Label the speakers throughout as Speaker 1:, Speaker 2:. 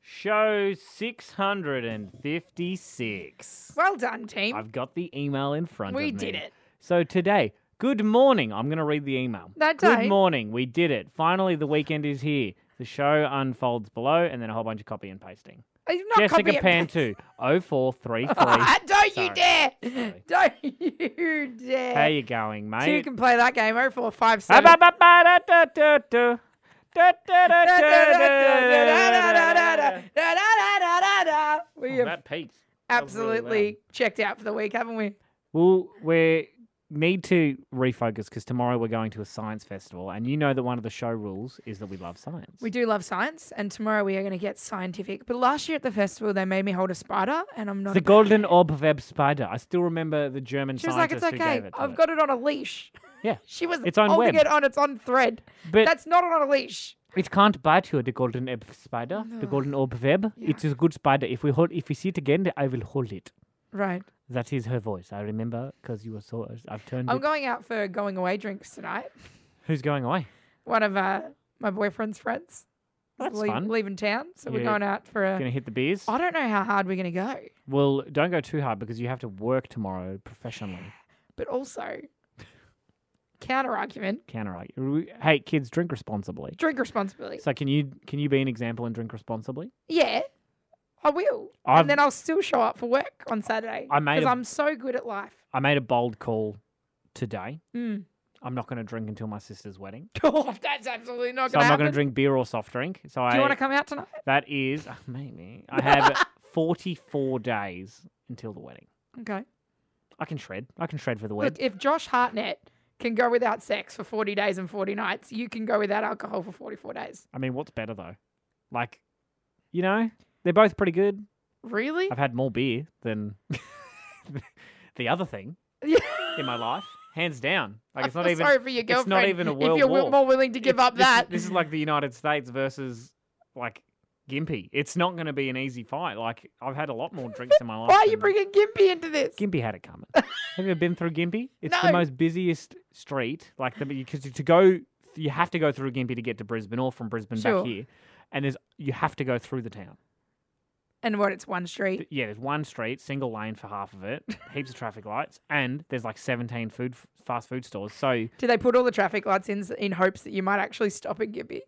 Speaker 1: show 656.
Speaker 2: Well done, team.
Speaker 1: I've got the email in front
Speaker 2: We
Speaker 1: of me.
Speaker 2: did it.
Speaker 1: So today, good morning. I'm going to read the email.
Speaker 2: That day-
Speaker 1: Good morning. We did it. Finally, the weekend is here. The show unfolds below, and then a whole bunch of copy and pasting.
Speaker 2: It's Oh, not
Speaker 1: Jessica oh
Speaker 2: copy and paste.
Speaker 1: Pantu, 0433.
Speaker 2: Ah, don't you
Speaker 1: Sorry.
Speaker 2: dare!
Speaker 1: Sorry.
Speaker 2: Don't you dare!
Speaker 1: How you going,
Speaker 2: Two
Speaker 1: mate?
Speaker 2: can play that game. Oh, four, five,
Speaker 1: Ah,
Speaker 2: seven.
Speaker 1: ba, ba, ba, da, da, da, da. Da, da, da, da, da, da, da, da, da.
Speaker 2: We
Speaker 1: Oh,
Speaker 2: have
Speaker 1: That peaks.
Speaker 2: absolutely checked out for the week, haven't we?
Speaker 1: Well, we need to refocus because tomorrow we're going to a science festival, and you know that one of the show rules is that we love science.
Speaker 2: We do love science, and tomorrow we are going to get scientific. But last year at the festival, they made me hold a spider, and I'm not.
Speaker 1: The
Speaker 2: a-
Speaker 1: golden orb of Web Spider. I still remember the German
Speaker 2: She was like,
Speaker 1: scientist
Speaker 2: "It's
Speaker 1: who
Speaker 2: okay.
Speaker 1: gave it to
Speaker 2: I've
Speaker 1: us."
Speaker 2: got it on a leash."
Speaker 1: Yeah,
Speaker 2: she was
Speaker 1: It's on
Speaker 2: holding
Speaker 1: web.
Speaker 2: it on its own thread.
Speaker 1: but
Speaker 2: That's not on a leash.
Speaker 1: it can't bite you. The golden orb spider, the golden orb web. It is a good spider. If we hold, if we see it again, I will hold it.
Speaker 2: Right.
Speaker 1: That is her voice. I remember because you were so. I've turned.
Speaker 2: I'm
Speaker 1: it-
Speaker 2: going out for going away drinks tonight.
Speaker 1: Who's going away?
Speaker 2: One of uh, my boyfriend's friends.
Speaker 1: Oh, That's
Speaker 2: lea-
Speaker 1: fun.
Speaker 2: Leaving town, so we're
Speaker 1: Yeah.
Speaker 2: going out for a.
Speaker 1: Gonna hit the beers.
Speaker 2: I don't know how hard we're going to go,
Speaker 1: Well, don't go too hard because you have to work tomorrow professionally.
Speaker 2: but also counter argument:
Speaker 1: Counter argue. Hey, kids, drink responsibly.
Speaker 2: drink responsibly.
Speaker 1: So can you can you be an example and drink responsibly?
Speaker 2: Yeah, I will,
Speaker 1: I've-
Speaker 2: and then I'll still show up for work on Saturday
Speaker 1: I made
Speaker 2: because
Speaker 1: a-
Speaker 2: I'm so good at life.
Speaker 1: I made a bold call today.
Speaker 2: Mm.
Speaker 1: I'm not going to drink until my sister's wedding.
Speaker 2: God, that's absolutely not
Speaker 1: So I'm not
Speaker 2: going to happen.
Speaker 1: going to drink beer or soft drink. So
Speaker 2: Do
Speaker 1: I
Speaker 2: you want to come out tonight?
Speaker 1: that is maybe I have 44 days until the wedding.
Speaker 2: Okay.
Speaker 1: I can shred. I can shred for the
Speaker 2: Look,
Speaker 1: wedding.
Speaker 2: if Josh Hartnett can go without sex for 40 days and 40 nights, you can go without alcohol for 44 days.
Speaker 1: I mean, what's better though? Like, you know, they're both pretty good.
Speaker 2: Really?
Speaker 1: I've had more beer than the other thing
Speaker 2: Yeah.
Speaker 1: in my life, hands down. Like it's
Speaker 2: I
Speaker 1: not
Speaker 2: feel
Speaker 1: even
Speaker 2: sorry for your
Speaker 1: it's not
Speaker 2: girlfriend.
Speaker 1: even a
Speaker 2: If
Speaker 1: world
Speaker 2: you're wi-
Speaker 1: war.
Speaker 2: more willing to give
Speaker 1: it's-
Speaker 2: up
Speaker 1: this is-
Speaker 2: that.
Speaker 1: This is like the United States versus like Gimpy. It's not going to be an easy fight. Like I've had a lot more drinks in my life.
Speaker 2: Why are you
Speaker 1: than-
Speaker 2: bringing Gimpy into this?
Speaker 1: Gimpy had it coming. have you been through Gimpy? It's
Speaker 2: No.
Speaker 1: the most busiest street. Like the because to go you have to go through Gimpy to get to Brisbane or from Brisbane
Speaker 2: Sure.
Speaker 1: back here. And there's you have to go through the town.
Speaker 2: and what? It's one street.
Speaker 1: Th- Yeah, there's one street, single lane for half of it, heaps of traffic lights, and there's like 17 food f- fast food stores. So
Speaker 2: Do they put all the traffic lights in s- in hopes that you might actually stop at Gimpy?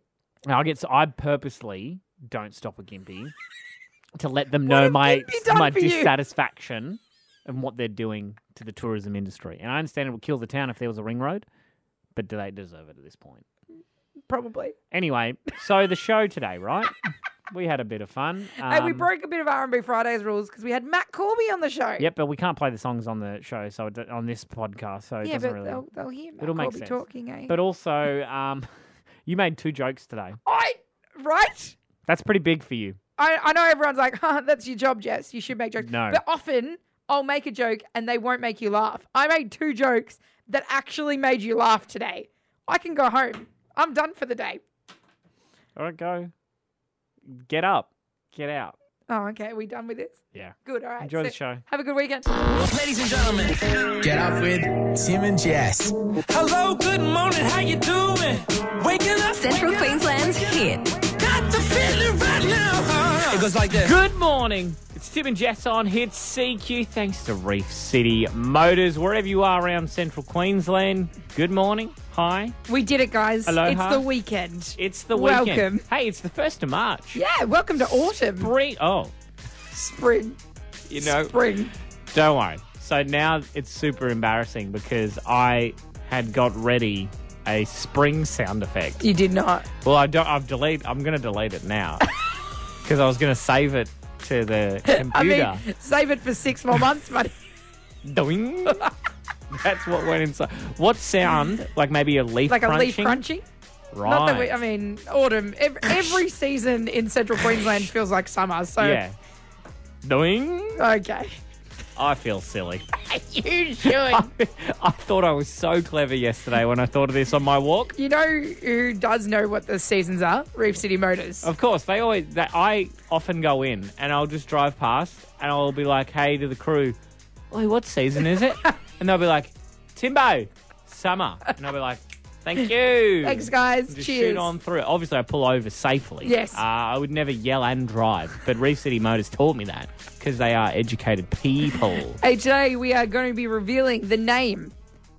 Speaker 1: Now I get so I purposely don't stop a gimpy to let them know
Speaker 2: have
Speaker 1: my
Speaker 2: Gympie done
Speaker 1: my
Speaker 2: for you?
Speaker 1: dissatisfaction and what they're doing to the tourism industry. And I understand it would kill the town if there was a ring road, but do they deserve it at this point?
Speaker 2: Probably.
Speaker 1: Anyway, so the show today, right? we had a bit of fun.
Speaker 2: and we
Speaker 1: um,
Speaker 2: broke a bit of R&B Friday's rules because we had Matt Corby on the show.
Speaker 1: Yep, but we can't play the songs on the show, so it, do- on this podcast, so it
Speaker 2: Yeah,
Speaker 1: doesn't
Speaker 2: but uh,
Speaker 1: really.
Speaker 2: they'll, they'll hear Matt
Speaker 1: It'll make
Speaker 2: Corby
Speaker 1: sense.
Speaker 2: talking, eh?
Speaker 1: But also, um, you made two jokes today.
Speaker 2: I, right?
Speaker 1: That's pretty big for you.
Speaker 2: I, I know everyone's like, huh, that's your job, Jess. You should make jokes.
Speaker 1: No.
Speaker 2: But often I'll make a joke and they won't make you laugh. I made two jokes that actually made you laugh today. I can go home. I'm done for the day.
Speaker 1: All right, go. Get up. Get out.
Speaker 2: Oh, okay. We done with this?
Speaker 1: Yeah.
Speaker 2: Good. All right.
Speaker 1: Enjoy the
Speaker 2: so
Speaker 1: show.
Speaker 2: Have a good weekend.
Speaker 3: Ladies and gentlemen,
Speaker 4: Get up with Tim and Jess.
Speaker 3: hello, good morning, how you doing? Waking up,
Speaker 5: Central
Speaker 3: waking up,
Speaker 5: Queensland's hit.
Speaker 3: got the feeling right now. It goes like this.
Speaker 1: Good morning. It's Tim and Jess on Hit CQ. Thanks to Reef City Motors, wherever you are around central Queensland. Good morning. Hi.
Speaker 2: We did it, guys.
Speaker 1: Aloha.
Speaker 2: It's the weekend.
Speaker 1: It's the weekend.
Speaker 2: Welcome.
Speaker 1: Hey, it's the 1st of March.
Speaker 2: yeah. Welcome to autumn.
Speaker 1: Spring. Oh,
Speaker 2: Spring.
Speaker 1: you know.
Speaker 2: Spring.
Speaker 1: Don't worry. So now it's super embarrassing because I had got ready a spring sound effect.
Speaker 2: You did not.
Speaker 1: Well, I don't, I've deleted, I'm going to delete it now because I was going to save it to the
Speaker 2: I
Speaker 1: computer.
Speaker 2: mean, save it for six more months, buddy.
Speaker 1: Doing. That's what went inside. What sound? Like maybe a leaf
Speaker 2: Like a
Speaker 1: crunching?
Speaker 2: leaf crunching.
Speaker 1: Right.
Speaker 2: Not that we, I mean, autumn. Every, every season in central Queensland feels like summer. So,
Speaker 1: yeah. Doing.
Speaker 2: okay.
Speaker 1: I feel silly.
Speaker 2: You should.
Speaker 1: I thought I was so clever yesterday when I thought of this on my walk.
Speaker 2: you know who does know what the seasons are? Reef City Motors.
Speaker 1: Of course, they always. That I often go in and I'll just drive past and I'll be like, "Hey to the crew, hey, what season is it?" and they'll be like, "Timbo, summer," and I'll be like, Thank you.
Speaker 2: Thanks, guys.
Speaker 1: Just
Speaker 2: Cheers.
Speaker 1: shoot on through. it. Obviously, I pull over safely.
Speaker 2: Yes.
Speaker 1: Uh, I would never yell and drive, but Reef City Motors taught me that because they are educated people.
Speaker 2: Hey, today we are going to be revealing the name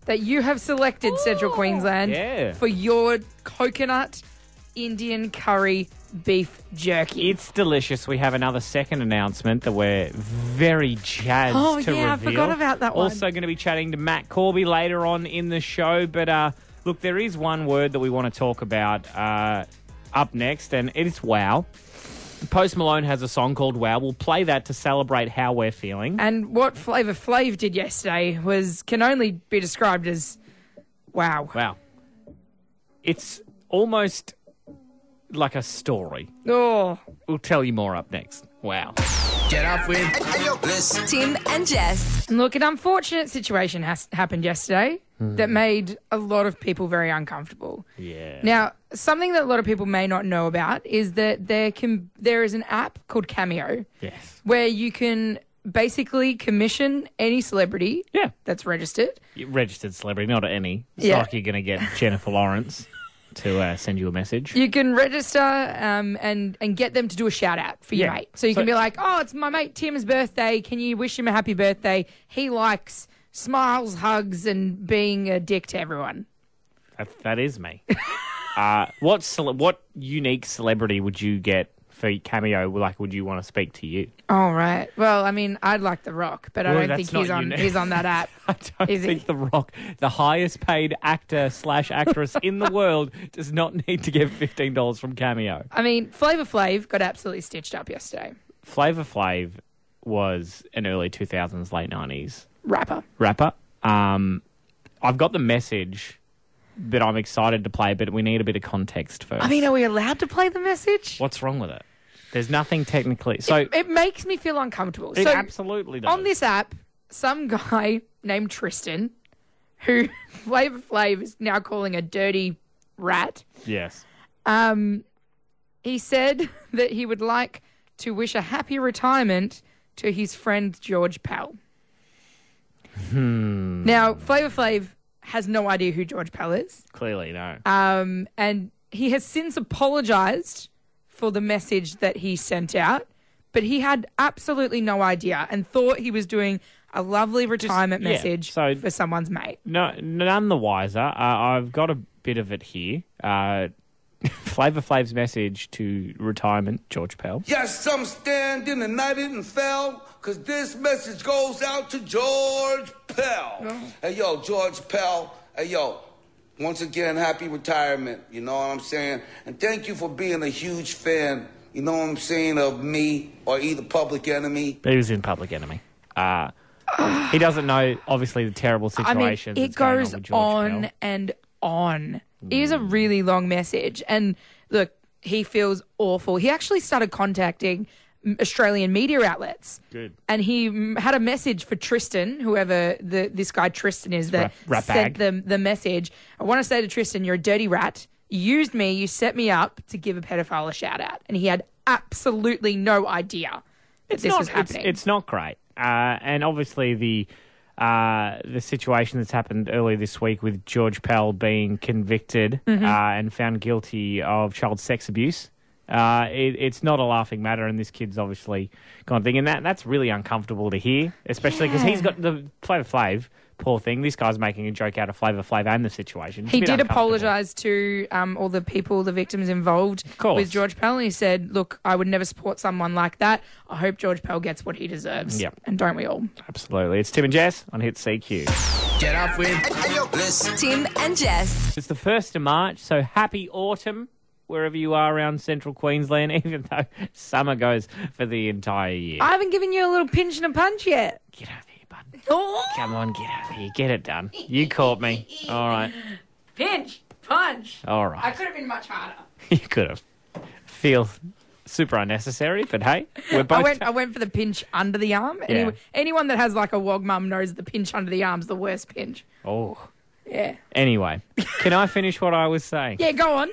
Speaker 2: that you have selected, Central Queensland,
Speaker 1: Yeah.
Speaker 2: for your coconut Indian curry beef jerky.
Speaker 1: It's delicious. We have another second announcement that we're very jazzed
Speaker 2: Oh,
Speaker 1: to
Speaker 2: yeah, I
Speaker 1: reveal.
Speaker 2: forgot about that one.
Speaker 1: Also, going to be chatting to Matt Corby later on in the show. But uh, look, there is one word that we want to talk about uh, up next, and it's wow. Post Malone has a song called Wow. We'll play that to celebrate how we're feeling.
Speaker 2: and what Flavor Flav did yesterday was can only be described as wow.
Speaker 1: Wow. It's almost like a story.
Speaker 2: Oh,
Speaker 1: We'll tell you more up next. Wow.
Speaker 4: Get up with
Speaker 5: Tim and Jess.
Speaker 2: and look, an unfortunate situation has happened yesterday that made a lot of people very uncomfortable.
Speaker 1: Hmm. Yeah.
Speaker 2: Now, something that a lot of people may not know about is that there can there is an app called Cameo
Speaker 1: yes.
Speaker 2: where you can basically commission any celebrity
Speaker 1: Yeah.
Speaker 2: that's registered.
Speaker 1: registered celebrity, not any. It's
Speaker 2: Yeah.
Speaker 1: not like you're going to get Jennifer Lawrence to uh, send you a message.
Speaker 2: You can register um, and and get them to do a shout out for your
Speaker 1: Yeah.
Speaker 2: mate. So you
Speaker 1: So-
Speaker 2: can be like, "Oh, it's my mate Tim's birthday. Can you wish him a happy birthday? He likes smiles, hugs, and being a dick to everyone."
Speaker 1: That, that is me. uh, what cele- what unique celebrity would you get for cameo? Like, would you want to speak to you?
Speaker 2: All right. Well, I mean, I'd like The Rock, but
Speaker 1: Well,
Speaker 2: I don't
Speaker 1: that's
Speaker 2: think
Speaker 1: not
Speaker 2: he's on
Speaker 1: unique.
Speaker 2: he's on that app.
Speaker 1: I don't
Speaker 2: Is he?
Speaker 1: think The Rock, the highest paid actor slash actress in the world, does not need to get fifteen dollars from cameo.
Speaker 2: I mean, Flavor Flav got absolutely stitched up yesterday.
Speaker 1: Flavor Flav was an early two thousands, late nineties
Speaker 2: Rapper.
Speaker 1: rapper. Um, I've got the message that I'm excited to play, but we need a bit of context first.
Speaker 2: I mean, uh, are we allowed to play the message?
Speaker 1: what's wrong with it? There's nothing technically. So it,
Speaker 2: It makes me feel uncomfortable. so
Speaker 1: absolutely does.
Speaker 2: on this app, some guy named Tristan, who Flavor Flav is now calling a dirty rat,
Speaker 1: yes,
Speaker 2: um, he said that he would like to wish a happy retirement to his friend George Pell.
Speaker 1: Hmm.
Speaker 2: Now, Flavor Flav has no idea who George Pell is,
Speaker 1: clearly no.
Speaker 2: um, and he has since apologized for the message that he sent out. But he had absolutely no idea and thought he was doing a lovely retirement
Speaker 1: yeah,
Speaker 2: message
Speaker 1: so-
Speaker 2: for someone's mate.
Speaker 1: no, none the wiser. Uh, I've got a bit of it here. Uh, Flavor Flav's message to retirement, George Pell.
Speaker 6: Yes, some standing and knighted and fell, cause this message goes out to George Pell. Hey yo, George Pell, hey yo, once again, happy retirement, you know what I'm saying? And thank you for being a huge fan, you know what I'm saying, of me or either Public Enemy.
Speaker 1: He was in Public Enemy. Uh, he doesn't know, obviously, the terrible
Speaker 2: I mean,
Speaker 1: situations.
Speaker 2: it
Speaker 1: that's going
Speaker 2: goes
Speaker 1: on, with George Hmm.
Speaker 2: on
Speaker 1: Pell.
Speaker 2: and on. It is a really long message. And look, he feels awful. He actually started contacting mm, Australian media outlets.
Speaker 1: Good.
Speaker 2: And he mm, had a message for Tristan, whoever the, this guy Tristan is that
Speaker 1: Rat- rat
Speaker 2: sent
Speaker 1: bag.
Speaker 2: them the message. I want to say to Tristan, you're a dirty rat. You used me. You set me up to give a pedophile a shout out. And he had absolutely no idea that this
Speaker 1: not,
Speaker 2: was
Speaker 1: it's-
Speaker 2: happening.
Speaker 1: It's, not great. Uh, and obviously the uh, the situation that's happened earlier this week with George Pell being convicted
Speaker 2: Mm-hmm.
Speaker 1: uh, and found guilty of child sex abuse. Uh, it, it's not a laughing matter, and this kid's obviously gone thing, and that that's really uncomfortable to hear, especially because he's got the Flavor Flav, poor thing. This guy's making a joke out of Flavor Flav and the situation. It's a
Speaker 2: He
Speaker 1: bit
Speaker 2: did
Speaker 1: uncomfortable.
Speaker 2: apologise to um, all the people, the victims involved
Speaker 1: course.
Speaker 2: with George Pell. And he said, Look, I would never support someone like that. I hope George Pell gets what he deserves.
Speaker 1: Yep.
Speaker 2: And don't we all?
Speaker 1: Absolutely, it's Tim and Jess on Hit CQ.
Speaker 4: Get up with
Speaker 5: Tim and Jess.
Speaker 1: It's the 1st of March, so happy autumn wherever you are around central Queensland, even though summer goes for the entire year.
Speaker 2: I haven't given you a little pinch and a punch yet.
Speaker 1: Get over here, bud.
Speaker 2: Oh,
Speaker 1: Come on, get over here. Get it done. You caught me. All right.
Speaker 2: pinch, punch.
Speaker 1: All right.
Speaker 2: could have been much harder.
Speaker 1: You could have. Feels super unnecessary, but hey, we're both.
Speaker 2: I went, I went for the pinch under the arm. Any-
Speaker 1: Yeah.
Speaker 2: anyone that has like a wog mum knows the pinch under the arm's the worst pinch.
Speaker 1: oh.
Speaker 2: Yeah.
Speaker 1: Anyway, can I finish what I was saying?
Speaker 2: Yeah, go on.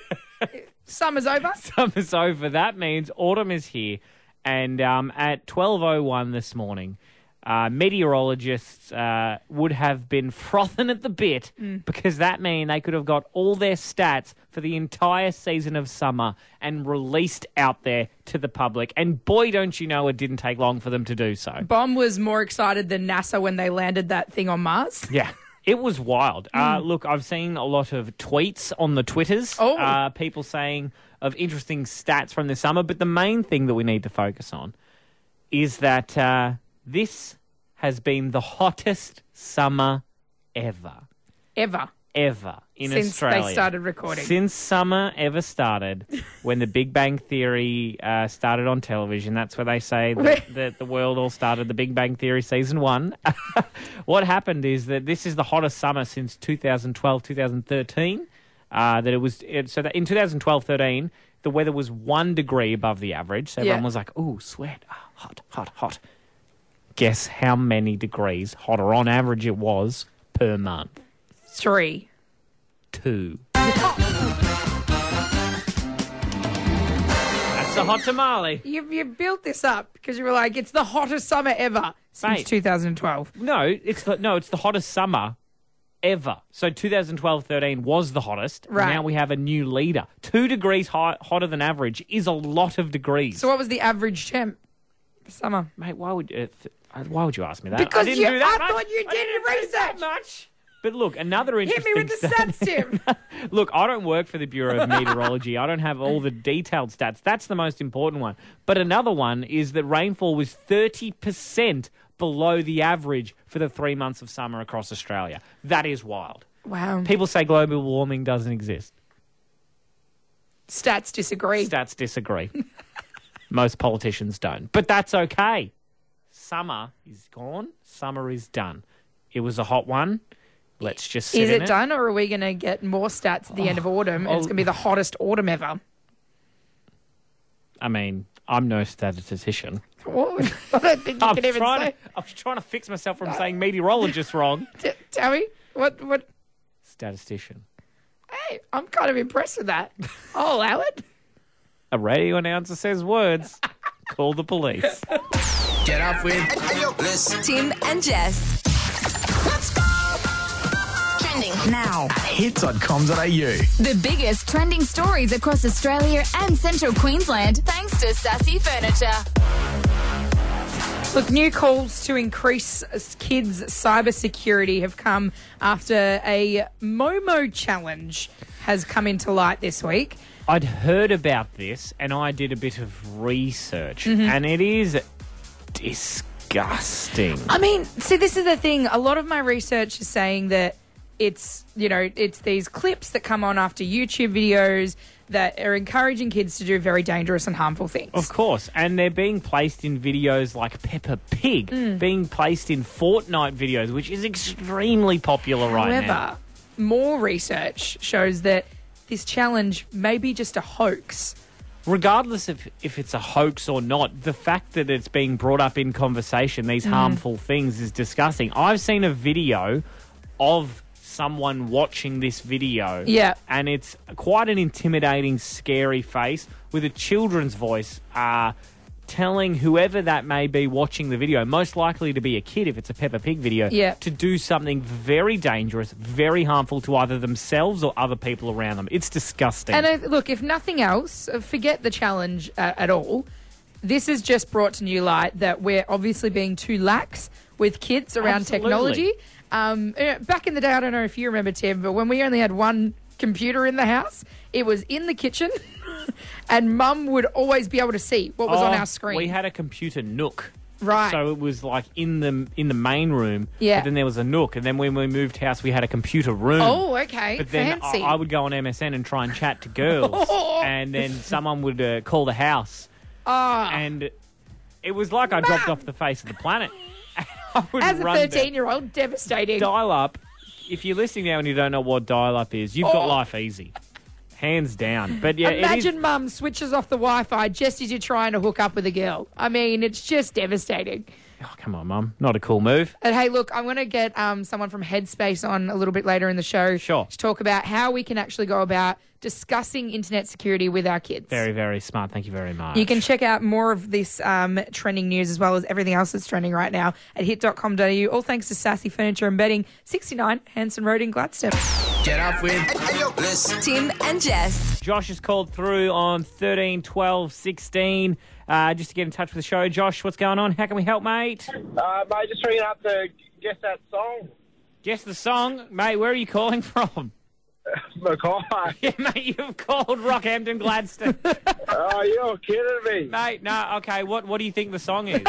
Speaker 2: Summer's over.
Speaker 1: summer's over. That means autumn is here. And um, at 12.01 this morning, uh, meteorologists uh, would have been frothing at the bit because that mean they could have got all their stats for the entire season of summer and released out there to the public. And boy, don't you know, it didn't take long for them to do so.
Speaker 2: Bomb was more excited than NASA when they landed that thing on Mars.
Speaker 1: Yeah. It was wild. Uh, look, I've seen a lot of tweets on the Twitters.
Speaker 2: Hmm. Oh.
Speaker 1: Uh, people saying of interesting stats from the summer. But the main thing that we need to focus on is that uh, this has been the hottest summer ever.
Speaker 2: Ever.
Speaker 1: Ever in
Speaker 2: Since they
Speaker 1: Australia.
Speaker 2: started recording.
Speaker 1: Since summer ever started, when the Big Bang Theory uh, started on television, that's where they say that, that the world all started, the Big Bang Theory season one. what happened is that this is the hottest summer since 2012 2013 uh, that it was it, so that in 2012 13 the weather was one degree above the average so everyone
Speaker 2: Yeah.
Speaker 1: was like ooh sweat ah, hot hot hot guess how many degrees hotter on average it was per month
Speaker 2: Three.
Speaker 1: two that's a hot tamale
Speaker 2: You, you built this up because you were like, it's the hottest summer ever since
Speaker 1: Mate.
Speaker 2: 2012.
Speaker 1: No, it's the, no, it's the hottest summer ever. So 2012-13 was the hottest.
Speaker 2: Right.
Speaker 1: Now we have a new leader. Two degrees hot, hotter than average is a lot of degrees.
Speaker 2: So what was the average temp? for Summer.
Speaker 1: Mate, why would uh, th- uh, why would you ask me that?
Speaker 2: Because
Speaker 1: I didn't
Speaker 2: you-
Speaker 1: do that
Speaker 2: I
Speaker 1: much.
Speaker 2: thought you
Speaker 1: I
Speaker 2: did
Speaker 1: didn't
Speaker 2: your
Speaker 1: do that
Speaker 2: research.
Speaker 1: much. But look, another
Speaker 2: Hit
Speaker 1: interesting
Speaker 2: me with the
Speaker 1: stat-
Speaker 2: stats, Tim.
Speaker 1: Look, I don't work for the Bureau of Meteorology. I don't have all the detailed stats. That's the most important one. But another one is that rainfall was 30% below the average for the three months of summer across Australia. That is wild.
Speaker 2: Wow.
Speaker 1: People say global warming doesn't exist.
Speaker 2: Stats disagree.
Speaker 1: Stats disagree. most politicians don't. But that's okay. Summer is gone. Summer is done. It was a hot one. Let's just sit
Speaker 2: Is
Speaker 1: in
Speaker 2: it done, or are we going to get more stats at the end of autumn? And it's
Speaker 1: oh.
Speaker 2: going to be the hottest autumn ever.
Speaker 1: I mean, I'm no statistician.
Speaker 2: Whoa, I don't think you
Speaker 1: I'm
Speaker 2: can even
Speaker 1: trying,
Speaker 2: say.
Speaker 1: to, I'm trying to fix myself from saying meteorologist wrong.
Speaker 2: T- tell me what what.
Speaker 1: Statistician.
Speaker 2: Hey, I'm kind of impressed with that. Oh, Howard.
Speaker 1: A radio announcer says words. Call the police.
Speaker 4: Get up with
Speaker 5: Tim and Jess.
Speaker 7: Trending.
Speaker 5: Now,
Speaker 4: hits.com.au.
Speaker 7: The biggest trending stories across Australia and central Queensland thanks to Sassy Furniture.
Speaker 2: Look, new calls to increase s- kids' cybersecurity have come after a Momo challenge has come into light this week.
Speaker 1: I'd heard about this and I did a bit of research,
Speaker 2: Mm-hmm.
Speaker 1: and it is disgusting.
Speaker 2: I mean, see, this is the thing. A lot of my research is saying that it's, you know, it's these clips that come on after YouTube videos that are encouraging kids to do very dangerous and harmful things.
Speaker 1: Of course, and they're being placed in videos like Peppa Pig,
Speaker 2: Mm.
Speaker 1: being placed in Fortnite videos, which is extremely popular right now.
Speaker 2: However, more research shows that this challenge may be just a hoax.
Speaker 1: Regardless of if it's a hoax or not, the fact that it's being brought up in conversation, these
Speaker 2: Mm.
Speaker 1: harmful things, is disgusting. I've seen a video of someone watching this video.
Speaker 2: Yeah.
Speaker 1: And it's quite an intimidating, scary face with a children's voice uh, telling whoever that may be watching the video, most likely to be a kid if it's a Peppa Pig video,
Speaker 2: Yeah.
Speaker 1: to do something very dangerous, very harmful to either themselves or other people around them. It's disgusting.
Speaker 2: And I, look, if nothing else, uh, forget the challenge uh, at all. This has just brought to new light that we're obviously being too lax with kids around
Speaker 1: Absolutely.
Speaker 2: technology. Um, uh, back in the day, I don't know if you remember, Tim, but when we only had one computer in the house, it was in the kitchen, and mum would always be able to see what was on
Speaker 1: Oh,
Speaker 2: our screen.
Speaker 1: We had a computer nook.
Speaker 2: Right.
Speaker 1: So it was like in the in the main room.
Speaker 2: Yeah.
Speaker 1: But then there was a nook, and then when we moved house, we had a computer room.
Speaker 2: oh, okay.
Speaker 1: But then I,
Speaker 2: Fancy.
Speaker 1: I would go on MSN and try and chat to girls, and then someone would uh, call the house,
Speaker 2: Ah.
Speaker 1: and it was like I dropped off the face of the planet. And I would
Speaker 2: As a
Speaker 1: run down-
Speaker 2: 13 year old, devastating.
Speaker 1: dial up. If you're listening now and you don't know what dial up is, you've got life easy, hands down. But yeah, it is-
Speaker 2: Oh. Imagine mum switches off the Wi Fi just as you're trying to hook up with a girl. I mean, it's just devastating.
Speaker 1: Oh, come on, mum, not a cool move.
Speaker 2: And hey, look, I'm going to get um, someone from Headspace on a little bit later in the show
Speaker 1: Sure.
Speaker 2: to talk about how we can actually go about discussing internet security with our kids.
Speaker 1: Very, very smart. Thank you very much.
Speaker 2: You can check out more of this um, trending news as well as everything else that's trending right now at hit.com.au. All thanks to Sassy Furniture and Bedding, 69 Hanson Road in Gladstone.
Speaker 4: Get up with
Speaker 6: Listen.
Speaker 5: Tim and Jess.
Speaker 1: Josh has called through on 13, 12, 16 uh, just to get in touch with the show. Josh, what's going on? How can we help, mate?
Speaker 8: Uh, mate, just ringing up to guess that song,
Speaker 1: Guess the song. Mate, where are you calling from?
Speaker 8: Mackay.
Speaker 1: Yeah, mate, you've called Rockhampton Gladstone.
Speaker 8: oh, you're kidding me.
Speaker 1: mate, no, okay, what, what do you think the song is?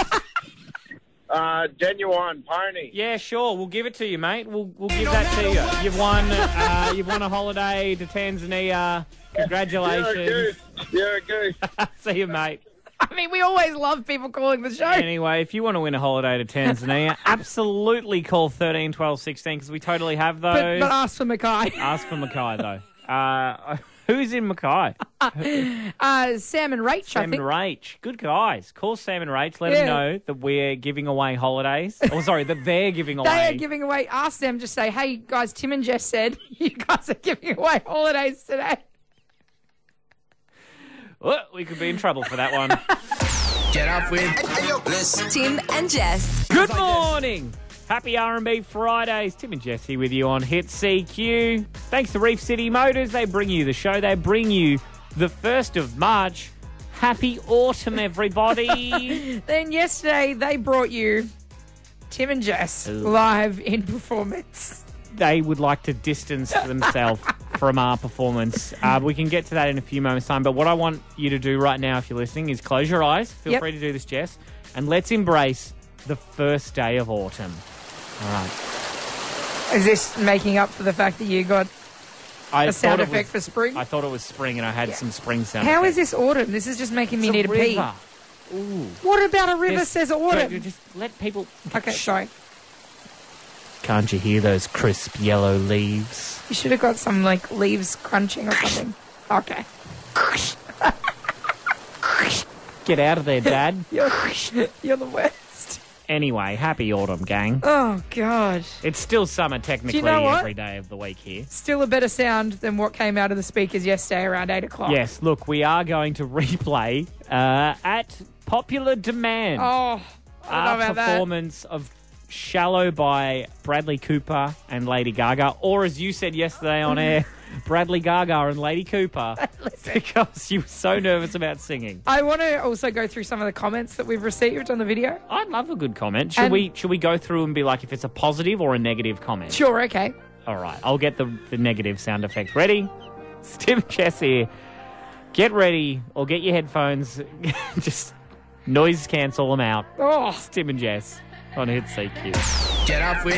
Speaker 8: Uh, genuine pony.
Speaker 1: yeah, sure, we'll give it to you, mate. We'll, we'll give that to you. You've won, uh, you've won a holiday to Tanzania.
Speaker 8: You're a
Speaker 1: Congratulations.
Speaker 8: goose. You're a goose.
Speaker 1: See you, mate.
Speaker 2: I mean, we always love people calling the show.
Speaker 1: Anyway, if you want to win a holiday to Tanzania, absolutely call 13, 12, 16 because we totally have those. Uh,
Speaker 2: But, but ask for Mackay.
Speaker 1: Ask for Mackay, though. Uh, who's in Mackay?
Speaker 2: Uh, Sam and Rach, I
Speaker 1: Sam and
Speaker 2: think.
Speaker 1: Rach. Good guys. Call Sam and Rach. Let
Speaker 2: Yeah.
Speaker 1: them know that we're giving away holidays. Oh, sorry, that they're giving away.
Speaker 2: They are giving away, ask them, just say, hey, guys, Tim and Jess said you guys are giving away holidays today.
Speaker 1: Oh, we could be in trouble for that one.
Speaker 4: Get up with
Speaker 6: Listen.
Speaker 5: Tim and Jess.
Speaker 1: Good morning. Happy R&B Fridays. Tim and Jesse with you on Hit CQ. Thanks to Reef City Motors. They bring you the show. They bring you the 1st of March. Happy autumn, everybody.
Speaker 2: Then yesterday, they brought you Tim and Jess live in performance.
Speaker 1: they would like to distance themselves from our performance. Uh, we can get to that in a few moments' time. But what I want you to do right now, if you're listening, is close your eyes. Feel
Speaker 2: Yep.
Speaker 1: free to do this, Jess. And let's embrace the first day of autumn.
Speaker 2: Is this making up for the fact that you got
Speaker 1: I
Speaker 2: a sound
Speaker 1: thought it
Speaker 2: effect for
Speaker 1: was-
Speaker 2: spring?
Speaker 1: I thought it was spring, and I had some spring sound.
Speaker 2: How is
Speaker 1: effects.
Speaker 2: this autumn? This is just making me
Speaker 1: It's
Speaker 2: need a pee.
Speaker 1: river.
Speaker 2: What about a river
Speaker 1: Yes.
Speaker 2: says
Speaker 1: Wait, you
Speaker 2: autumn?
Speaker 1: Just let people.
Speaker 2: Okay, sorry.
Speaker 1: Can't you hear those crisp yellow leaves?
Speaker 2: You should have got some like leaves crunching or something. Okay.
Speaker 1: Get out of there, Dad.
Speaker 2: You're, you're the worst.
Speaker 1: anyway, happy autumn, gang.
Speaker 2: Oh, God.
Speaker 1: It's still summer technically
Speaker 2: know what?
Speaker 1: every day of the week here.
Speaker 2: Still a better sound than what came out of the speakers yesterday around 8 o'clock.
Speaker 1: Yes, look, we are going to replay uh, at popular demand our
Speaker 2: Oh, I don't know about that.
Speaker 1: performance of Shallow by Bradley Cooper and Lady Gaga, or as you said yesterday on air, Bradley Gaga and Lady Cooper, because you were so nervous about singing.
Speaker 2: I want to also go through some of the comments that we've received on the video.
Speaker 1: I'd love a good comment. Should
Speaker 2: And-
Speaker 1: we should we go through and be like if it's a positive or a negative comment?
Speaker 2: Sure, okay.
Speaker 1: All right, I'll get the, the negative sound effect ready. It's Tim and Jess here. Get ready or get your headphones. Just noise cancel them out.
Speaker 2: Oh,
Speaker 1: It's Tim and Jess on Hit CQ.
Speaker 4: Get up with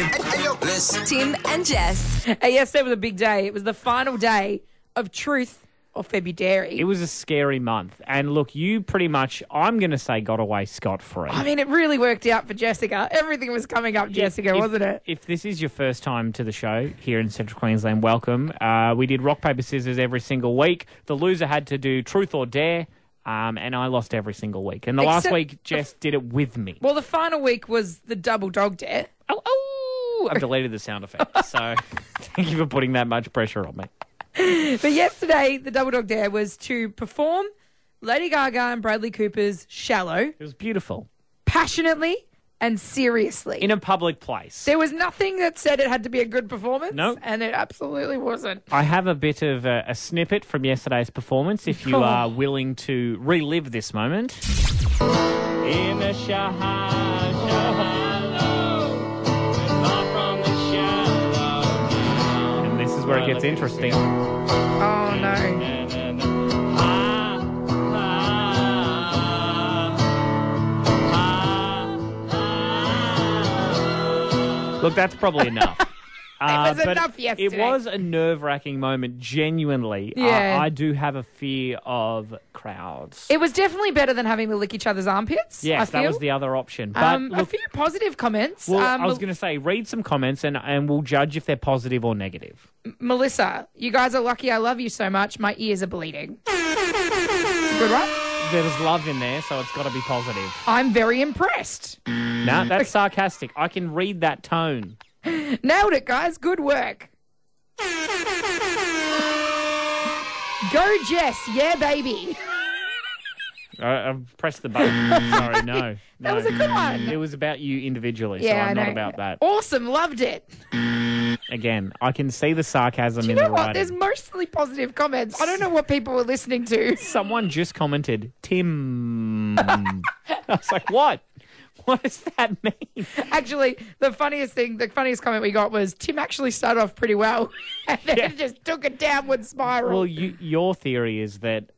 Speaker 6: Listen.
Speaker 5: Tim and Jess.
Speaker 2: and yesterday was a big day. It was the final day of Truth or February.
Speaker 1: It was a scary month. And look, you pretty much, I'm going to say, got away scot free.
Speaker 2: I mean, it really worked out for Jessica. Everything was coming up, Jessica,
Speaker 1: if,
Speaker 2: wasn't it?
Speaker 1: If this is your first time to the show here in Central Queensland, welcome. Uh, we did rock paper scissors every single week. The loser had to do truth or dare, um, and I lost every single week. And the last
Speaker 2: Except-
Speaker 1: week, Jess did it with me.
Speaker 2: Well, the final week was the double dog dare.
Speaker 1: Oh, oh! I've deleted the sound effect. So thank you for putting that much pressure on me.
Speaker 2: But yesterday, the double dog dare was to perform Lady Gaga and Bradley Cooper's Shallow
Speaker 1: It was beautiful
Speaker 2: passionately and seriously.
Speaker 1: in a public place.
Speaker 2: there was nothing that said it had to be a good performance.
Speaker 1: Nope.
Speaker 2: And it absolutely wasn't.
Speaker 1: I have a bit of a, a snippet from yesterday's performance if you
Speaker 2: Oh.
Speaker 1: are willing to relive this moment. In the shallow, shallow, we're far from the shallow now. And this is where it gets interesting.
Speaker 2: Oh,
Speaker 1: Uh,
Speaker 2: no.
Speaker 1: Look, that's probably enough. Uh,
Speaker 2: was
Speaker 1: but
Speaker 2: enough
Speaker 1: It
Speaker 2: yesterday.
Speaker 1: was a nerve wracking moment, genuinely. Uh,
Speaker 2: Yeah.
Speaker 1: I do have a fear of crowds.
Speaker 2: It was definitely better than having to lick each other's armpits. I
Speaker 1: yes,
Speaker 2: feel.
Speaker 1: that was the other option. But
Speaker 2: Um, a
Speaker 1: look,
Speaker 2: few positive comments.
Speaker 1: well,
Speaker 2: um,
Speaker 1: I was going to say, read some comments and, and we'll judge if they're positive or negative.
Speaker 2: Melissa, you guys are lucky I love you so much. My ears are bleeding. It's a good one.
Speaker 1: There was love in there, so it's got to be positive.
Speaker 2: I'm very impressed.
Speaker 1: No, that's sarcastic. I can read that tone.
Speaker 2: Nailed it, guys. Good work. Go, Jess. Yeah, baby.
Speaker 1: I, I've pressed the button. Sorry, no.
Speaker 2: That
Speaker 1: no. Mm,
Speaker 2: was a good one.
Speaker 1: It was about you individually,
Speaker 2: Yeah,
Speaker 1: so I'm
Speaker 2: I
Speaker 1: not
Speaker 2: know.
Speaker 1: about that.
Speaker 2: Awesome. Loved it.
Speaker 1: Again, I can see the sarcasm
Speaker 2: Do you
Speaker 1: in
Speaker 2: know
Speaker 1: the
Speaker 2: what?
Speaker 1: writing.
Speaker 2: There's mostly positive comments. I don't know what people were listening to.
Speaker 1: Someone just commented, Tim. I was like, what? What does that mean?
Speaker 2: Actually, the funniest thing, the funniest comment we got was Tim actually started off pretty well and then
Speaker 1: Yeah.
Speaker 2: just took a downward spiral.
Speaker 1: Well, you, your theory is that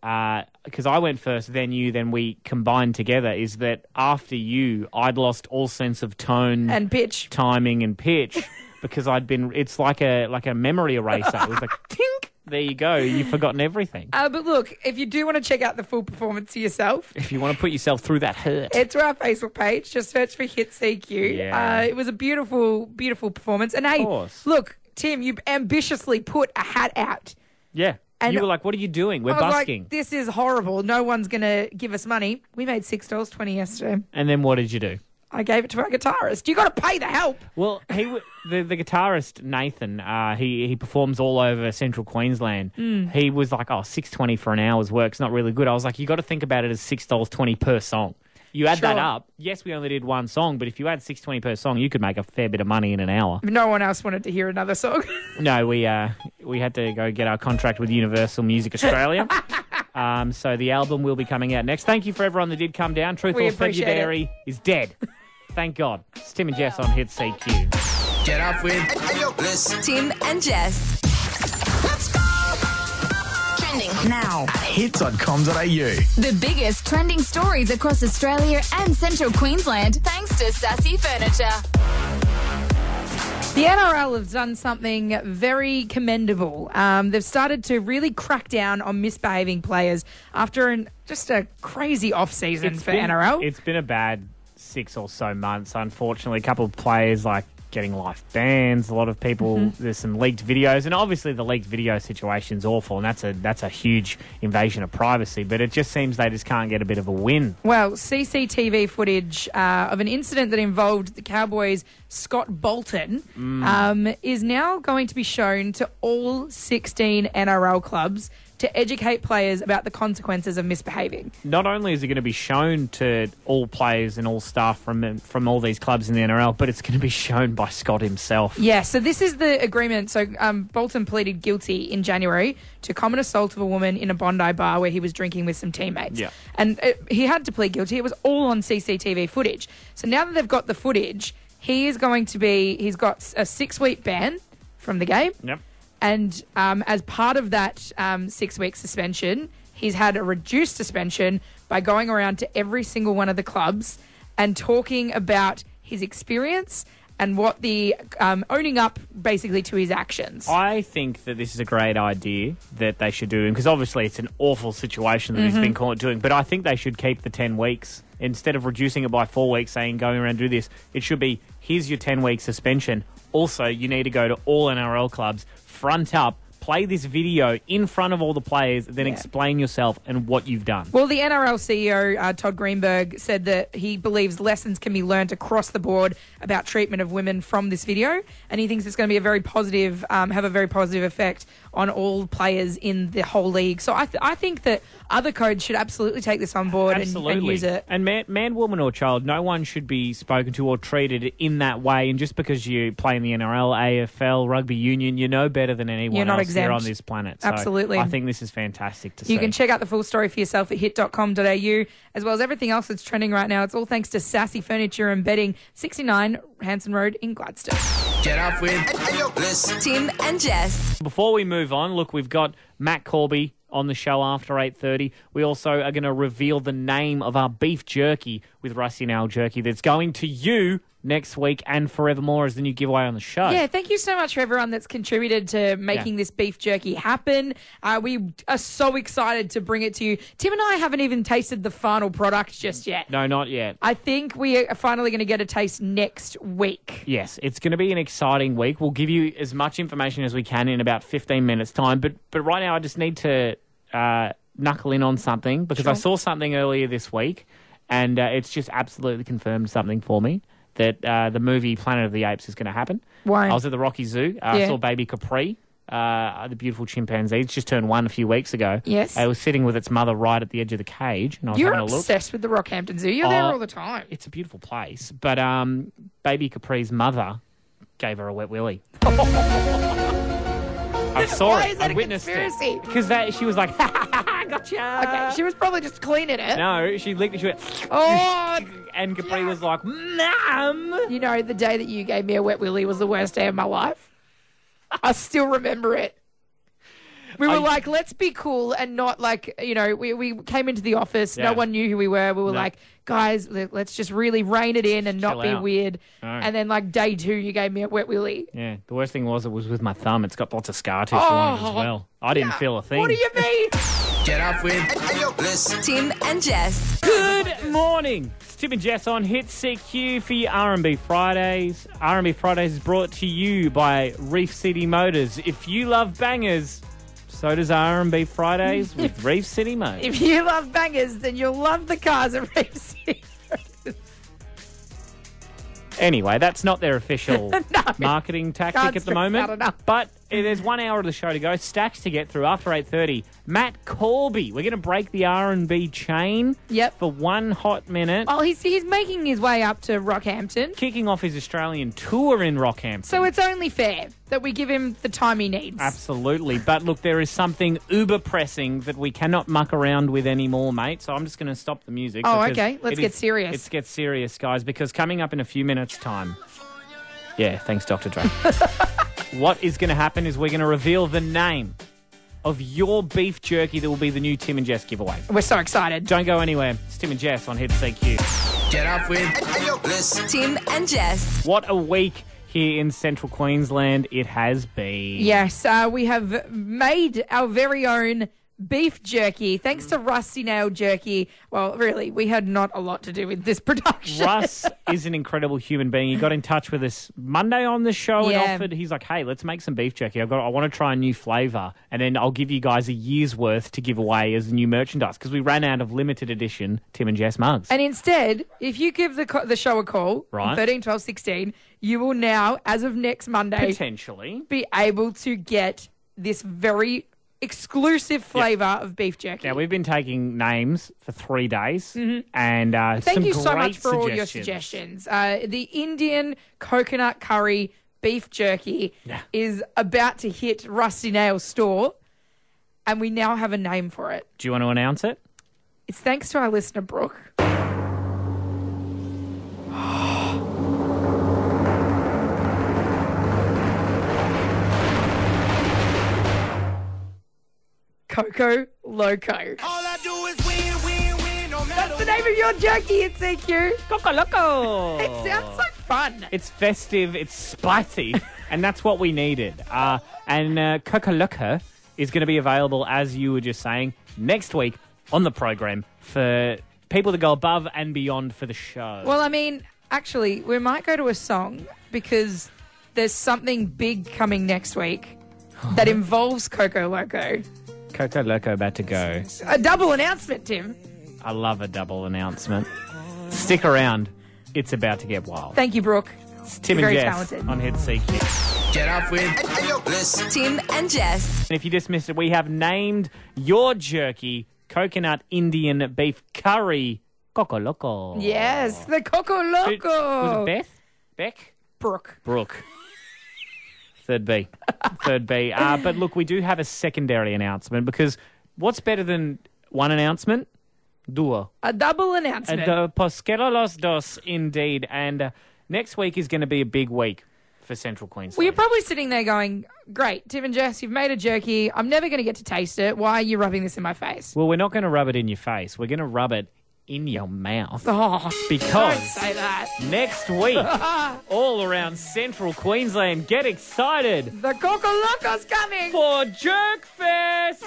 Speaker 1: because I went first, then you, then we combined together. Is that after you, I'd lost all sense of tone
Speaker 2: and pitch.
Speaker 1: timing and pitch because I'd been. It's like a like a memory eraser. It was like tink. There you go. You've forgotten everything.
Speaker 2: Uh, but look, if you do want to check out the full performance to yourself,
Speaker 1: if you want to put yourself through that hurt,
Speaker 2: it's to our Facebook page. Just search for Hit CQ.
Speaker 1: Yeah.
Speaker 2: Uh, it was a beautiful, beautiful performance. And hey,
Speaker 1: course.
Speaker 2: look, Tim, you ambitiously put a hat out.
Speaker 1: yeah.
Speaker 2: And-
Speaker 1: you were like, "What are you doing? We're
Speaker 2: I was
Speaker 1: busking."
Speaker 2: like, this is horrible. No one's going to give us money. We made $6.20 yesterday.
Speaker 1: and then what did you do?
Speaker 2: I gave it to our guitarist. You got to pay the help.
Speaker 1: Well, he w- the the guitarist Nathan, uh, he he performs all over Central Queensland. He was like, "Oh, six twenty for an hour's work's not really good." I was like, "You got to think about it as six dollars twenty per song." You add that
Speaker 2: Sure.
Speaker 1: up. Yes, we only did one song, but if you add six twenty per song, you could make a fair bit of money in an hour.
Speaker 2: No one else wanted to hear another song.
Speaker 1: No, we uh, we had to go get our contract with Universal Music Australia. um, so the album will be coming out next. Thank you for everyone that did come down. Truth
Speaker 2: We
Speaker 1: or
Speaker 2: appreciate
Speaker 1: February is dead. Thank God. It's Tim and Jess on Hit CQ.
Speaker 4: Get off with.
Speaker 5: Tim and Jess.
Speaker 7: Trending.
Speaker 4: Now. Hits.com.au.
Speaker 7: The biggest trending stories across Australia and central Queensland thanks to Sassy Furniture.
Speaker 2: The NRL have done something very commendable. Um, they've started to really crack down on misbehaving players after an, just a crazy off season
Speaker 1: It's
Speaker 2: for
Speaker 1: been-
Speaker 2: NRL.
Speaker 1: It's been a bad six or so months, unfortunately. A couple of players like getting life bans. A lot of people.
Speaker 2: Mm-hmm.
Speaker 1: There's some leaked videos, and obviously the leaked video situation's awful, and that's a that's a huge invasion of privacy. But it just seems they just can't get a bit of a win.
Speaker 2: Well, CCTV footage uh, of an incident that involved the Cowboys' Scott Bolton
Speaker 1: Mm.
Speaker 2: um, is now going to be shown to all 16 NRL clubs to educate players about the consequences of misbehaving.
Speaker 1: Not only is it going to be shown to all players and all staff from from all these clubs in the NRL, but it's going to be shown by Scott himself.
Speaker 2: Yeah, so this is the agreement. So um, Bolton pleaded guilty in January to common assault of a woman in a Bondi bar where he was drinking with some teammates.
Speaker 1: Yeah.
Speaker 2: And uh he had to plead guilty. It was all on CCTV footage. So now that they've got the footage, he is going to be, he's got a six week ban from the game.
Speaker 1: Yep.
Speaker 2: And um, as part of that um, six week suspension, he's had a reduced suspension by going around to every single one of the clubs and talking about his experience and what the um, owning up basically to his actions.
Speaker 1: I think that this is a great idea that they should do because obviously it's an awful situation that
Speaker 2: Mm-hmm.
Speaker 1: he's been caught doing. But I think they should keep the ten weeks instead of reducing it by four weeks, saying going around do this. It should be here's your ten week suspension. Also, you need to go to all NRL clubs, front up, play this video in front of all the players, then
Speaker 2: Yeah.
Speaker 1: explain yourself and what you've done.
Speaker 2: Well, the NRL CEO, uh, Todd Greenberg, said that he believes lessons can be learnt across the board about treatment of women from this video. And he thinks it's going to be a very positive, um, have a very positive effect on all players in the whole league. So I, th- I think that other codes should absolutely take this on board and,
Speaker 1: Absolutely.
Speaker 2: and use it.
Speaker 1: And man, man, woman, or child, no one should be spoken to or treated in that way. And just because you play in the NRL, AFL, rugby union, you know better than anyone
Speaker 2: You're not
Speaker 1: else here
Speaker 2: exempt.
Speaker 1: on this planet. So
Speaker 2: Absolutely.
Speaker 1: I think this is fantastic to see.
Speaker 2: You can check out the full story for yourself at hit.com.au, as well as everything else that's trending right now. It's all thanks to Sassy Furniture and Bedding, 69 Hanson Road in Gladstone.
Speaker 4: Get off with.
Speaker 5: Tim and Jess.
Speaker 1: Before we move on, look, we've got Matt Corby on the show after 8.30. We also are going to reveal the name of our beef jerky with Rusty and Al Jerky that's going to you next week and forevermore as the new giveaway on the show.
Speaker 2: Yeah, thank you so much for everyone that's contributed to making
Speaker 1: Yeah.
Speaker 2: this beef jerky happen. Uh, we are so excited to bring it to you. Tim and I haven't even tasted the final product just yet.
Speaker 1: No, not yet.
Speaker 2: I think we are finally going to get a taste next week.
Speaker 1: Yes, it's going to be an exciting week. We'll give you as much information as we can in about 15 minutes' time. But but right now, I just need to uh, knuckle in on something because I saw something earlier this week, and uh, it's just absolutely confirmed something for me that uh, the movie Planet of the Apes is going to happen.
Speaker 2: Why?
Speaker 1: I was at the Rocky Zoo. Uh, I
Speaker 2: Yeah.
Speaker 1: saw Baby Capri. uh, the beautiful chimpanzee. It's just turned one a few weeks ago.
Speaker 2: Yes.
Speaker 1: It was sitting with its mother right at the edge of the cage, and I was
Speaker 2: You're
Speaker 1: having a look.
Speaker 2: obsessed with the Rockhampton Zoo. You're there
Speaker 1: Oh.
Speaker 2: all the time.
Speaker 1: It's a beautiful place, but um, baby Capri's mother gave her a wet willy. I saw
Speaker 2: Why
Speaker 1: it.
Speaker 2: is that
Speaker 1: I
Speaker 2: a
Speaker 1: witnessed
Speaker 2: conspiracy?
Speaker 1: because that she was like, "Ha ha ha, ha, gotcha."
Speaker 2: Okay, she was probably just cleaning it.
Speaker 1: No, she licked it. She went,
Speaker 2: Oh,
Speaker 1: and Capri was like, "Mum."
Speaker 2: you know, the day that you gave me a wet willy was the worst day of my life. I still remember it. We were
Speaker 1: I-
Speaker 2: like, let's be cool and not like, you know, we, we came into the office.
Speaker 1: Yeah.
Speaker 2: No one knew who we were. We were
Speaker 1: No.
Speaker 2: like, guys, le- let's just really rein it in and not
Speaker 1: Chill
Speaker 2: be
Speaker 1: out.
Speaker 2: weird.
Speaker 1: No.
Speaker 2: And then, like, day two, you gave me a wet willy.
Speaker 1: Yeah, the worst thing was it was with my thumb. It's got lots of scar tissue on it
Speaker 2: Oh.
Speaker 1: as well. I didn't feel a thing.
Speaker 2: What do you mean?
Speaker 4: Get up with
Speaker 5: Tim and Jess.
Speaker 1: Good morning. It's Tim and Jess on Hit CQ for your R&B Fridays. R&B Fridays is brought to you by Reef City Motors. If you love bangers, so does R&B Fridays with Reef City Motors.
Speaker 2: if you love bangers, then you'll love the cars at Reef City.
Speaker 1: Anyway, that's not their official marketing tactic
Speaker 2: Can't
Speaker 1: at the
Speaker 2: stress
Speaker 1: moment.
Speaker 2: that enough.
Speaker 1: But eh, there's one hour of the show to go. Stacks to get through after 8.30. Matt Corby. We're going to break the R&B chain
Speaker 2: Yep. Oh.
Speaker 1: for one hot minute.
Speaker 2: Well, he's, he's making his way up to Rockhampton.
Speaker 1: Kicking off his Australian tour in Rockhampton.
Speaker 2: So it's only fair that we give him the time he needs.
Speaker 1: Absolutely. But look, there is something uber pressing that we cannot muck around with anymore, mate. So I'm just going to stop the music.
Speaker 2: Oh,
Speaker 1: because
Speaker 2: okay. Let's
Speaker 1: it
Speaker 2: get serious.
Speaker 1: Let's get serious, guys, because coming up in a few minutes' time. Yeah, thanks, Dr. Dre. what is going to happen is we're going to reveal the name of your beef jerky that will be the new Tim and Jess giveaway.
Speaker 2: We're so excited.
Speaker 1: Don't go anywhere. It's Tim and Jess on Hit CQ.
Speaker 4: Get up with
Speaker 5: Tim and Jess.
Speaker 1: What a week here in central Queensland it has been.
Speaker 2: Yes, uh, we have made our very own beef jerky thanks to Rusty Nail Jerky. Well, really, we had not a lot to do with this production.
Speaker 1: Russ is an incredible human being. He got in touch with us Monday on the show
Speaker 2: Yeah.
Speaker 1: and offered. He's like, "Hey, let's make some beef jerky. I've got. I want to try a new flavor, and then I'll give you guys a year's worth to give away as new merchandise because we ran out of limited edition Tim and Jess mugs.
Speaker 2: And instead, if you give the co- the show a call,
Speaker 1: Right.
Speaker 2: 13, 12, 16, you will now, as of next Monday,
Speaker 1: Potentially,
Speaker 2: be able to get this very exclusive flavour of beef jerky.
Speaker 1: now we've been taking names for three days, and uh,
Speaker 2: Mm-hmm. Thank
Speaker 1: some
Speaker 2: you so
Speaker 1: great
Speaker 2: much for all your
Speaker 1: suggestions.
Speaker 2: suggestions. Uh, the Indian coconut curry beef jerky is about to hit Rusty Nail's store, and we now have a name for it.
Speaker 1: Do you want to announce it?
Speaker 2: It's thanks to our listener, Brooke. Coco Loco.
Speaker 3: All I do is win, win, win, no matter
Speaker 2: That's Oh, the name of your jerky, it's CQ.
Speaker 1: Coco loco.
Speaker 2: It sounds so fun.
Speaker 1: It's festive, it's spicy, and that's what we needed. Uh, and uh, Kokoloka is going to be available, as you were just saying, next week on the program for people to go above and beyond for the show.
Speaker 2: Well, I mean, actually, we might go to a song because there's something big coming next week that
Speaker 1: Uh-huh.
Speaker 2: involves Coco Loco.
Speaker 1: Kokoloka about to go.
Speaker 2: A double announcement, Tim.
Speaker 1: I love a double announcement. Stick around. It's about to get wild.
Speaker 2: Thank you, Brooke.
Speaker 1: It's Tim
Speaker 2: Very
Speaker 1: and Jess
Speaker 2: talented.
Speaker 1: on Hit CQ.
Speaker 4: Get up with
Speaker 5: Tim and Jess.
Speaker 1: And if you just missed it, we have named your jerky coconut Indian beef curry Kokoloco.
Speaker 2: Yes, the Coco
Speaker 1: Who-
Speaker 2: Loco.
Speaker 1: Was it Beth? Beck?
Speaker 2: Brooke.
Speaker 1: Brooke. Third B. Third B. Uh, but look, we do have a secondary announcement because what's better than one announcement? Duo.
Speaker 2: A double
Speaker 1: And
Speaker 2: announcement.
Speaker 1: uh, pues quiero los dos, indeed. And uh, next week is going to be a big week for Central Queensland.
Speaker 2: well, you're probably sitting there going, Great, Tim and Jess, you've made a jerky. I'm never going to get to taste it. Why are you rubbing this in my face?
Speaker 1: well, we're not going to rub it in your face. We're going to rub it in your mouth.
Speaker 2: Oh, don't
Speaker 1: Because
Speaker 2: say that.
Speaker 1: next week, all around Central Queensland, get excited.
Speaker 2: The Coco Loco's coming.
Speaker 1: for Jerk Fest.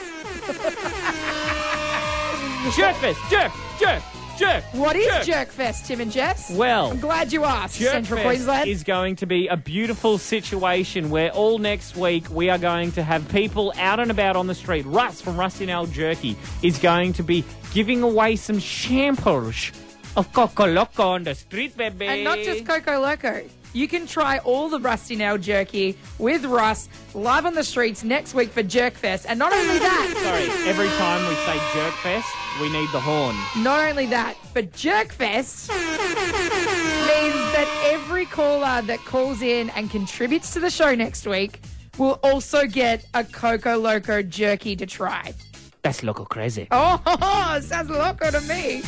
Speaker 1: jerk Fest, Jerk, Jerk, Jerk.
Speaker 2: What is Jerkfest, Tim and Jess?
Speaker 1: Well,
Speaker 2: I'm glad you asked,
Speaker 1: Jerk
Speaker 2: Central
Speaker 1: Fest
Speaker 2: Queensland.
Speaker 1: is going to be a beautiful situation where all next week we are going to have people out and about on the street. Russ from Rusty Nail Jerky is going to be giving away some samples of Coco Loco on the street, baby.
Speaker 2: and not just Coco Loco. You can try all the Rusty Nail jerky with Russ live on the streets next week for Jerkfest. And not only that,
Speaker 1: Sorry, every time we say jerk fest, we need the horn.
Speaker 2: not only that, but Jerkfest means that every caller that calls in and contributes to the show next week will also get a Coco Loco jerky to try.
Speaker 1: That's local crazy.
Speaker 2: Oh, sounds loco to me.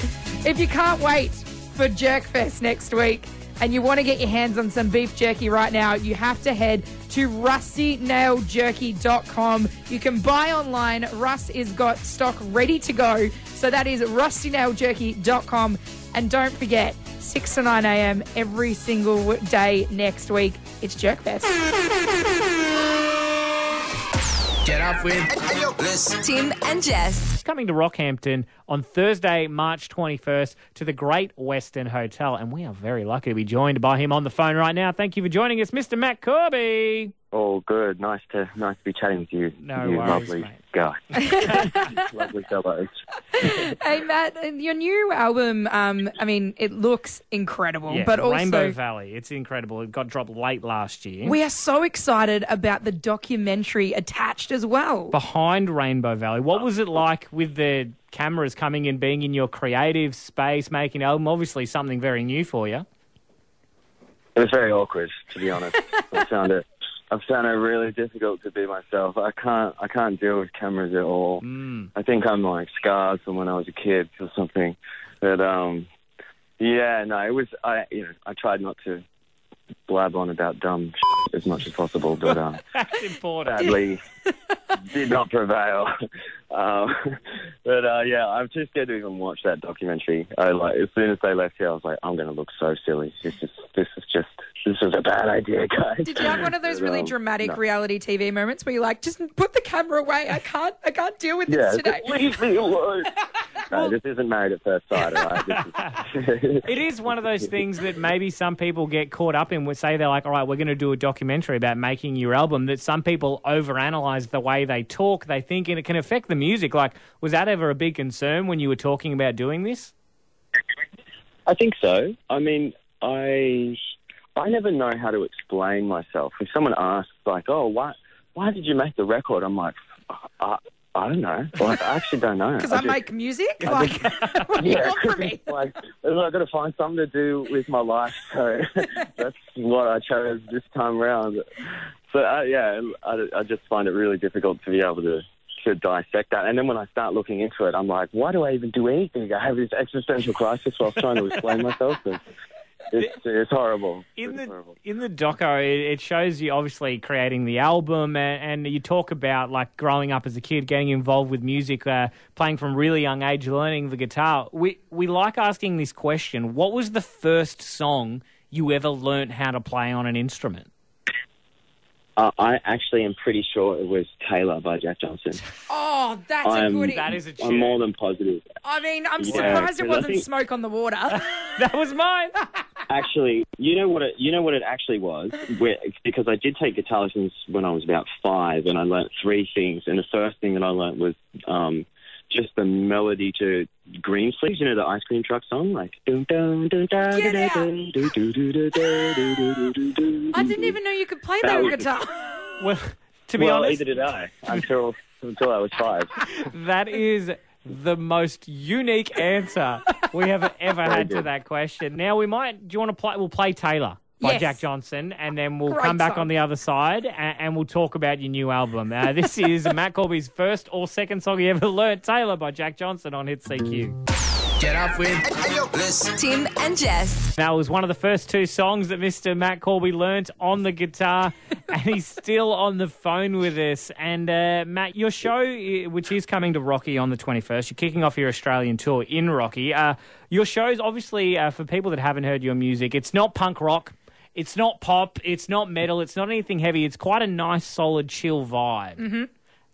Speaker 2: If you can't wait for Jerkfest next week and you want to get your hands on some beef jerky right now, you have to head to rustynailjerky.com. You can buy online. Russ is got stock ready to go. So that is rustynailjerky.com. And don't forget, 6 to 9 a.m. every single day next week. It's Jerkfest.
Speaker 4: Get off with.
Speaker 5: Tim and Jess.
Speaker 1: It's coming to Rockhampton on Thursday, March 21st, to the Great Western Hotel. And we are very lucky to be joined by him on the phone right now. Thank you for joining us, Mr. Matt Corby.
Speaker 9: All good. Nice to nice to be chatting with you.
Speaker 1: No
Speaker 9: you
Speaker 1: worries,
Speaker 9: lovely
Speaker 1: mate.
Speaker 9: guy. lovely fellow.
Speaker 2: Hey, Matt, your new album, um, I mean, it looks incredible,
Speaker 1: Yeah,
Speaker 2: but also.
Speaker 1: Rainbow Valley. It's incredible. It got dropped late last year.
Speaker 2: We are so excited about the documentary attached as well.
Speaker 1: Behind Rainbow Valley, what was it like with the cameras coming and being in your creative space, making an album? Obviously, something very new for you.
Speaker 9: It was very awkward, to be honest. I found it. I found it really difficult to be myself. I can't. I can't deal with cameras at all.
Speaker 1: Hmm.
Speaker 9: Mm. I think I'm like scarred from when I was a kid or something. But um, yeah, no, it was. I you know, I tried not to blab on about dumb shit as much as possible, but um,
Speaker 1: That's important.
Speaker 9: sadly did not prevail. Um, but uh, yeah, I'm too scared to even watch that documentary. I like as soon as they left here, I was like, I'm going to look so silly. This is this is just this is a bad idea, guys.
Speaker 2: Did you have one of those
Speaker 9: But,
Speaker 2: really
Speaker 9: um,
Speaker 2: dramatic
Speaker 9: no.
Speaker 2: reality TV moments where you're like, just put the camera away. I can't, I can't deal with
Speaker 9: Yeah,
Speaker 2: this today.
Speaker 9: just leave me alone. no, this isn't married at first sight, all right? This is-
Speaker 1: It is one of those things that maybe some people get caught up in. Would say they're like, "All right, we're going to do a documentary about making your album." That some people overanalyze the way they talk, they think, and it can affect the music. Like, was that ever a big concern when you were talking about doing this?
Speaker 9: I think so. I mean, I I never know how to explain myself. If someone asks, like, "Oh, why why did you make the record?" I'm like, I, I don't know. Like, I actually don't know.
Speaker 2: Because
Speaker 9: I
Speaker 2: I,
Speaker 9: just-
Speaker 2: make music. Like, what do you want from me?
Speaker 9: like, I've got to find something to do with my life, so that's what I chose this time round. So, uh, yeah, I, I just find it really difficult to be able to, to dissect that. And then when I start looking into it, I'm like, why do I even do anything? I have this existential crisis whilst trying to explain myself. And it's, it's horrible.
Speaker 1: in
Speaker 9: It's
Speaker 1: the
Speaker 9: horrible.
Speaker 1: in the doco, it, it shows you obviously creating the album, and, and you talk about like growing up as a kid, getting involved with music, uh, playing from really young age, learning the guitar. We we like asking this question: What was the first song you ever learnt how to play on an instrument?
Speaker 9: Uh, I actually am pretty sure it was Taylor by Jack Johnson.
Speaker 2: Oh, that's a
Speaker 9: I'm-
Speaker 2: goodie.
Speaker 1: That is a tune.
Speaker 9: I'm more than positive.
Speaker 2: I mean, I'm
Speaker 9: Um, Yeah,
Speaker 2: surprised it
Speaker 9: 'cause I
Speaker 2: wasn't
Speaker 9: think-
Speaker 2: smoke on the water.
Speaker 1: that was mine.
Speaker 9: Actually, you know what it you know what it actually was Where, because I did take guitar lessons when I was about five, and I learnt three things. And the first thing that I learnt was um, just the melody to Greensleeves, you know, the ice cream truck song, like. dun, dun, dun, da,
Speaker 2: Get
Speaker 9: da, da,
Speaker 2: out.
Speaker 9: dun, do, do, do, do, da, do, do, do, do, do,
Speaker 2: I
Speaker 9: do,
Speaker 2: didn't
Speaker 9: do.
Speaker 2: even know you could play
Speaker 9: That
Speaker 2: that,
Speaker 9: was-
Speaker 2: guitar.
Speaker 1: well, to be
Speaker 9: Well,
Speaker 1: honest,
Speaker 9: either did I until until I was five.
Speaker 1: that is the most unique answer we have ever had to
Speaker 9: good.
Speaker 1: that question. Now we might. Do you want to play? We'll play Taylor by
Speaker 2: Yes.
Speaker 1: Jack Johnson, and then we'll
Speaker 2: Great
Speaker 1: come back
Speaker 2: song.
Speaker 1: on the other side and, and we'll talk about your new album. Uh, this is Matt Corby's first or second song he ever learnt, Taylor by Jack Johnson on Hit CQ.
Speaker 4: Get off with.
Speaker 5: Tim and Jess.
Speaker 1: That was one of the first two songs that Mr. Matt Corby learnt on the guitar, and he's still on the phone with us. And uh, Matt, your show, i- which is coming to Rocky on the 21st, you're kicking off your Australian tour in Rocky. Uh, your show's obviously, uh, for people that haven't heard your music, it's not punk rock. It's not pop. It's not metal. It's not anything heavy. It's quite a nice, solid, chill vibe.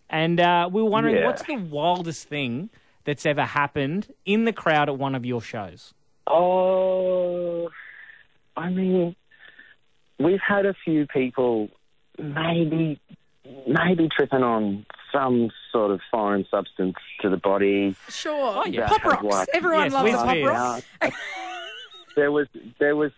Speaker 1: And uh, we were wondering,
Speaker 9: Yeah.
Speaker 1: what's the wildest thing that's ever happened in the crowd at one of your shows?
Speaker 9: Oh, I mean, we've had a few people maybe maybe tripping on some sort of foreign substance to the body.
Speaker 1: Oh,
Speaker 2: Sure.
Speaker 9: yeah.
Speaker 2: Pop
Speaker 9: Have
Speaker 2: rocks.
Speaker 9: what?
Speaker 2: Everyone
Speaker 1: Yes,
Speaker 2: loves
Speaker 1: with
Speaker 2: pop
Speaker 1: beer.
Speaker 2: rocks.
Speaker 9: There was there was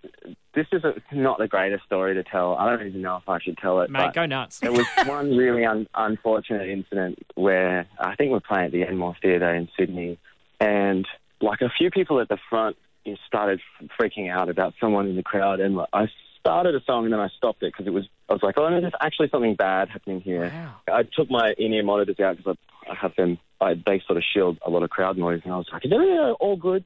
Speaker 9: this is a, not the greatest story to tell. I don't even know if I should tell it.
Speaker 1: Mate,
Speaker 9: but
Speaker 1: go nuts.
Speaker 9: there was one really un- unfortunate incident where I think we're playing at the Enmore Theatre in Sydney, and like a few people at the front you know, started f- freaking out about someone in the crowd, and like, I started a song and then I stopped it because it was I was like, oh no, there's actually something bad happening here. I took my in-ear monitors out because I, I have them. I, they sort of shield a lot of crowd noise, and I was like, is everything all good?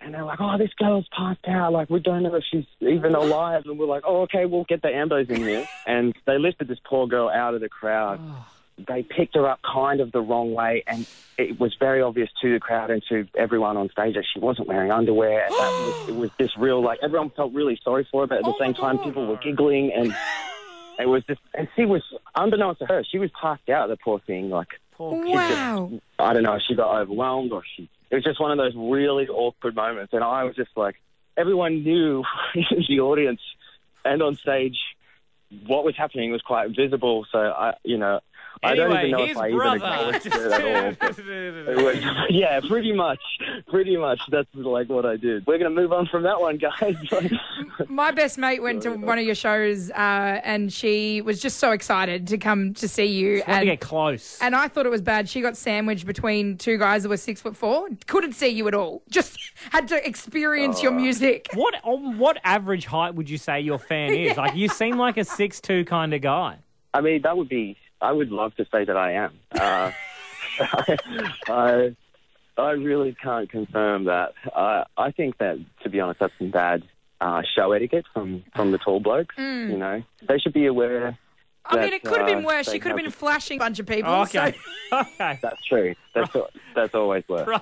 Speaker 9: And they're like, oh, this girl's passed out. Like, we don't know if she's even alive. And we're like, oh, okay, we'll get the ambos in here. And they lifted this poor girl out of the crowd. They picked her up kind of the wrong way. And it was very obvious to the crowd and to everyone on stage that she wasn't wearing underwear. And that was, it was this real, like, everyone felt really sorry for her. But at the same time, people were giggling. And it was just, and she was, unbeknownst to her, she was passed out, the poor thing. Like,
Speaker 2: Wow.
Speaker 9: I don't know if she got overwhelmed or she. It was just one of those really awkward moments, and I was just like, everyone knew in the audience and on stage what was happening was quite visible. So I, you know, I don't even know
Speaker 1: Anyway,
Speaker 9: if I
Speaker 1: his
Speaker 9: even
Speaker 1: brother.
Speaker 9: acknowledged it at all. It
Speaker 1: Just-
Speaker 9: was, yeah, pretty much, pretty much. That's like what I did. We're gonna move on from that one, guys.
Speaker 2: My best mate went to one of your shows, uh, and she was just so excited to come to see you.
Speaker 1: Want to
Speaker 2: and-
Speaker 1: get close.
Speaker 2: and I thought it was bad. She got sandwiched between two guys that were six foot four, couldn't see you at all. Just had to experience your music.
Speaker 1: What on what average height would you say your fan is? Like you seem like a six two kind of guy.
Speaker 9: I mean, that would be. I would love to say that I am. Uh, I, I really can't confirm that. I, I think that, to be honest, that's some bad uh, show etiquette from from the tall blokes. You know, they should be aware.
Speaker 2: I mean, it
Speaker 9: that,
Speaker 2: could have been
Speaker 9: uh,
Speaker 2: worse. She
Speaker 9: they
Speaker 2: could have been
Speaker 9: have-
Speaker 2: flashing a bunch of people.
Speaker 1: Oh, Okay.
Speaker 2: so-
Speaker 1: okay.
Speaker 9: That's true. That's al- that's always worse.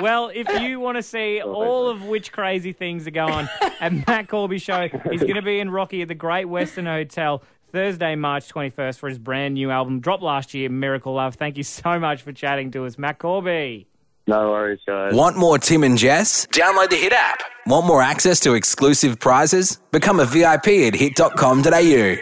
Speaker 1: Well, if you want to see all of which crazy things are going at Matt Corby show, he's going to be in Rocky at the Great Western Hotel Thursday, March 21st for his brand new album dropped last year, Miracle Love. Thank you so much for chatting to us, Matt Corby.
Speaker 9: No worries, guys.
Speaker 4: Want more Tim and Jess? Download the Hit app. Want more access to exclusive prizes? Become a VIP at hit.com.au.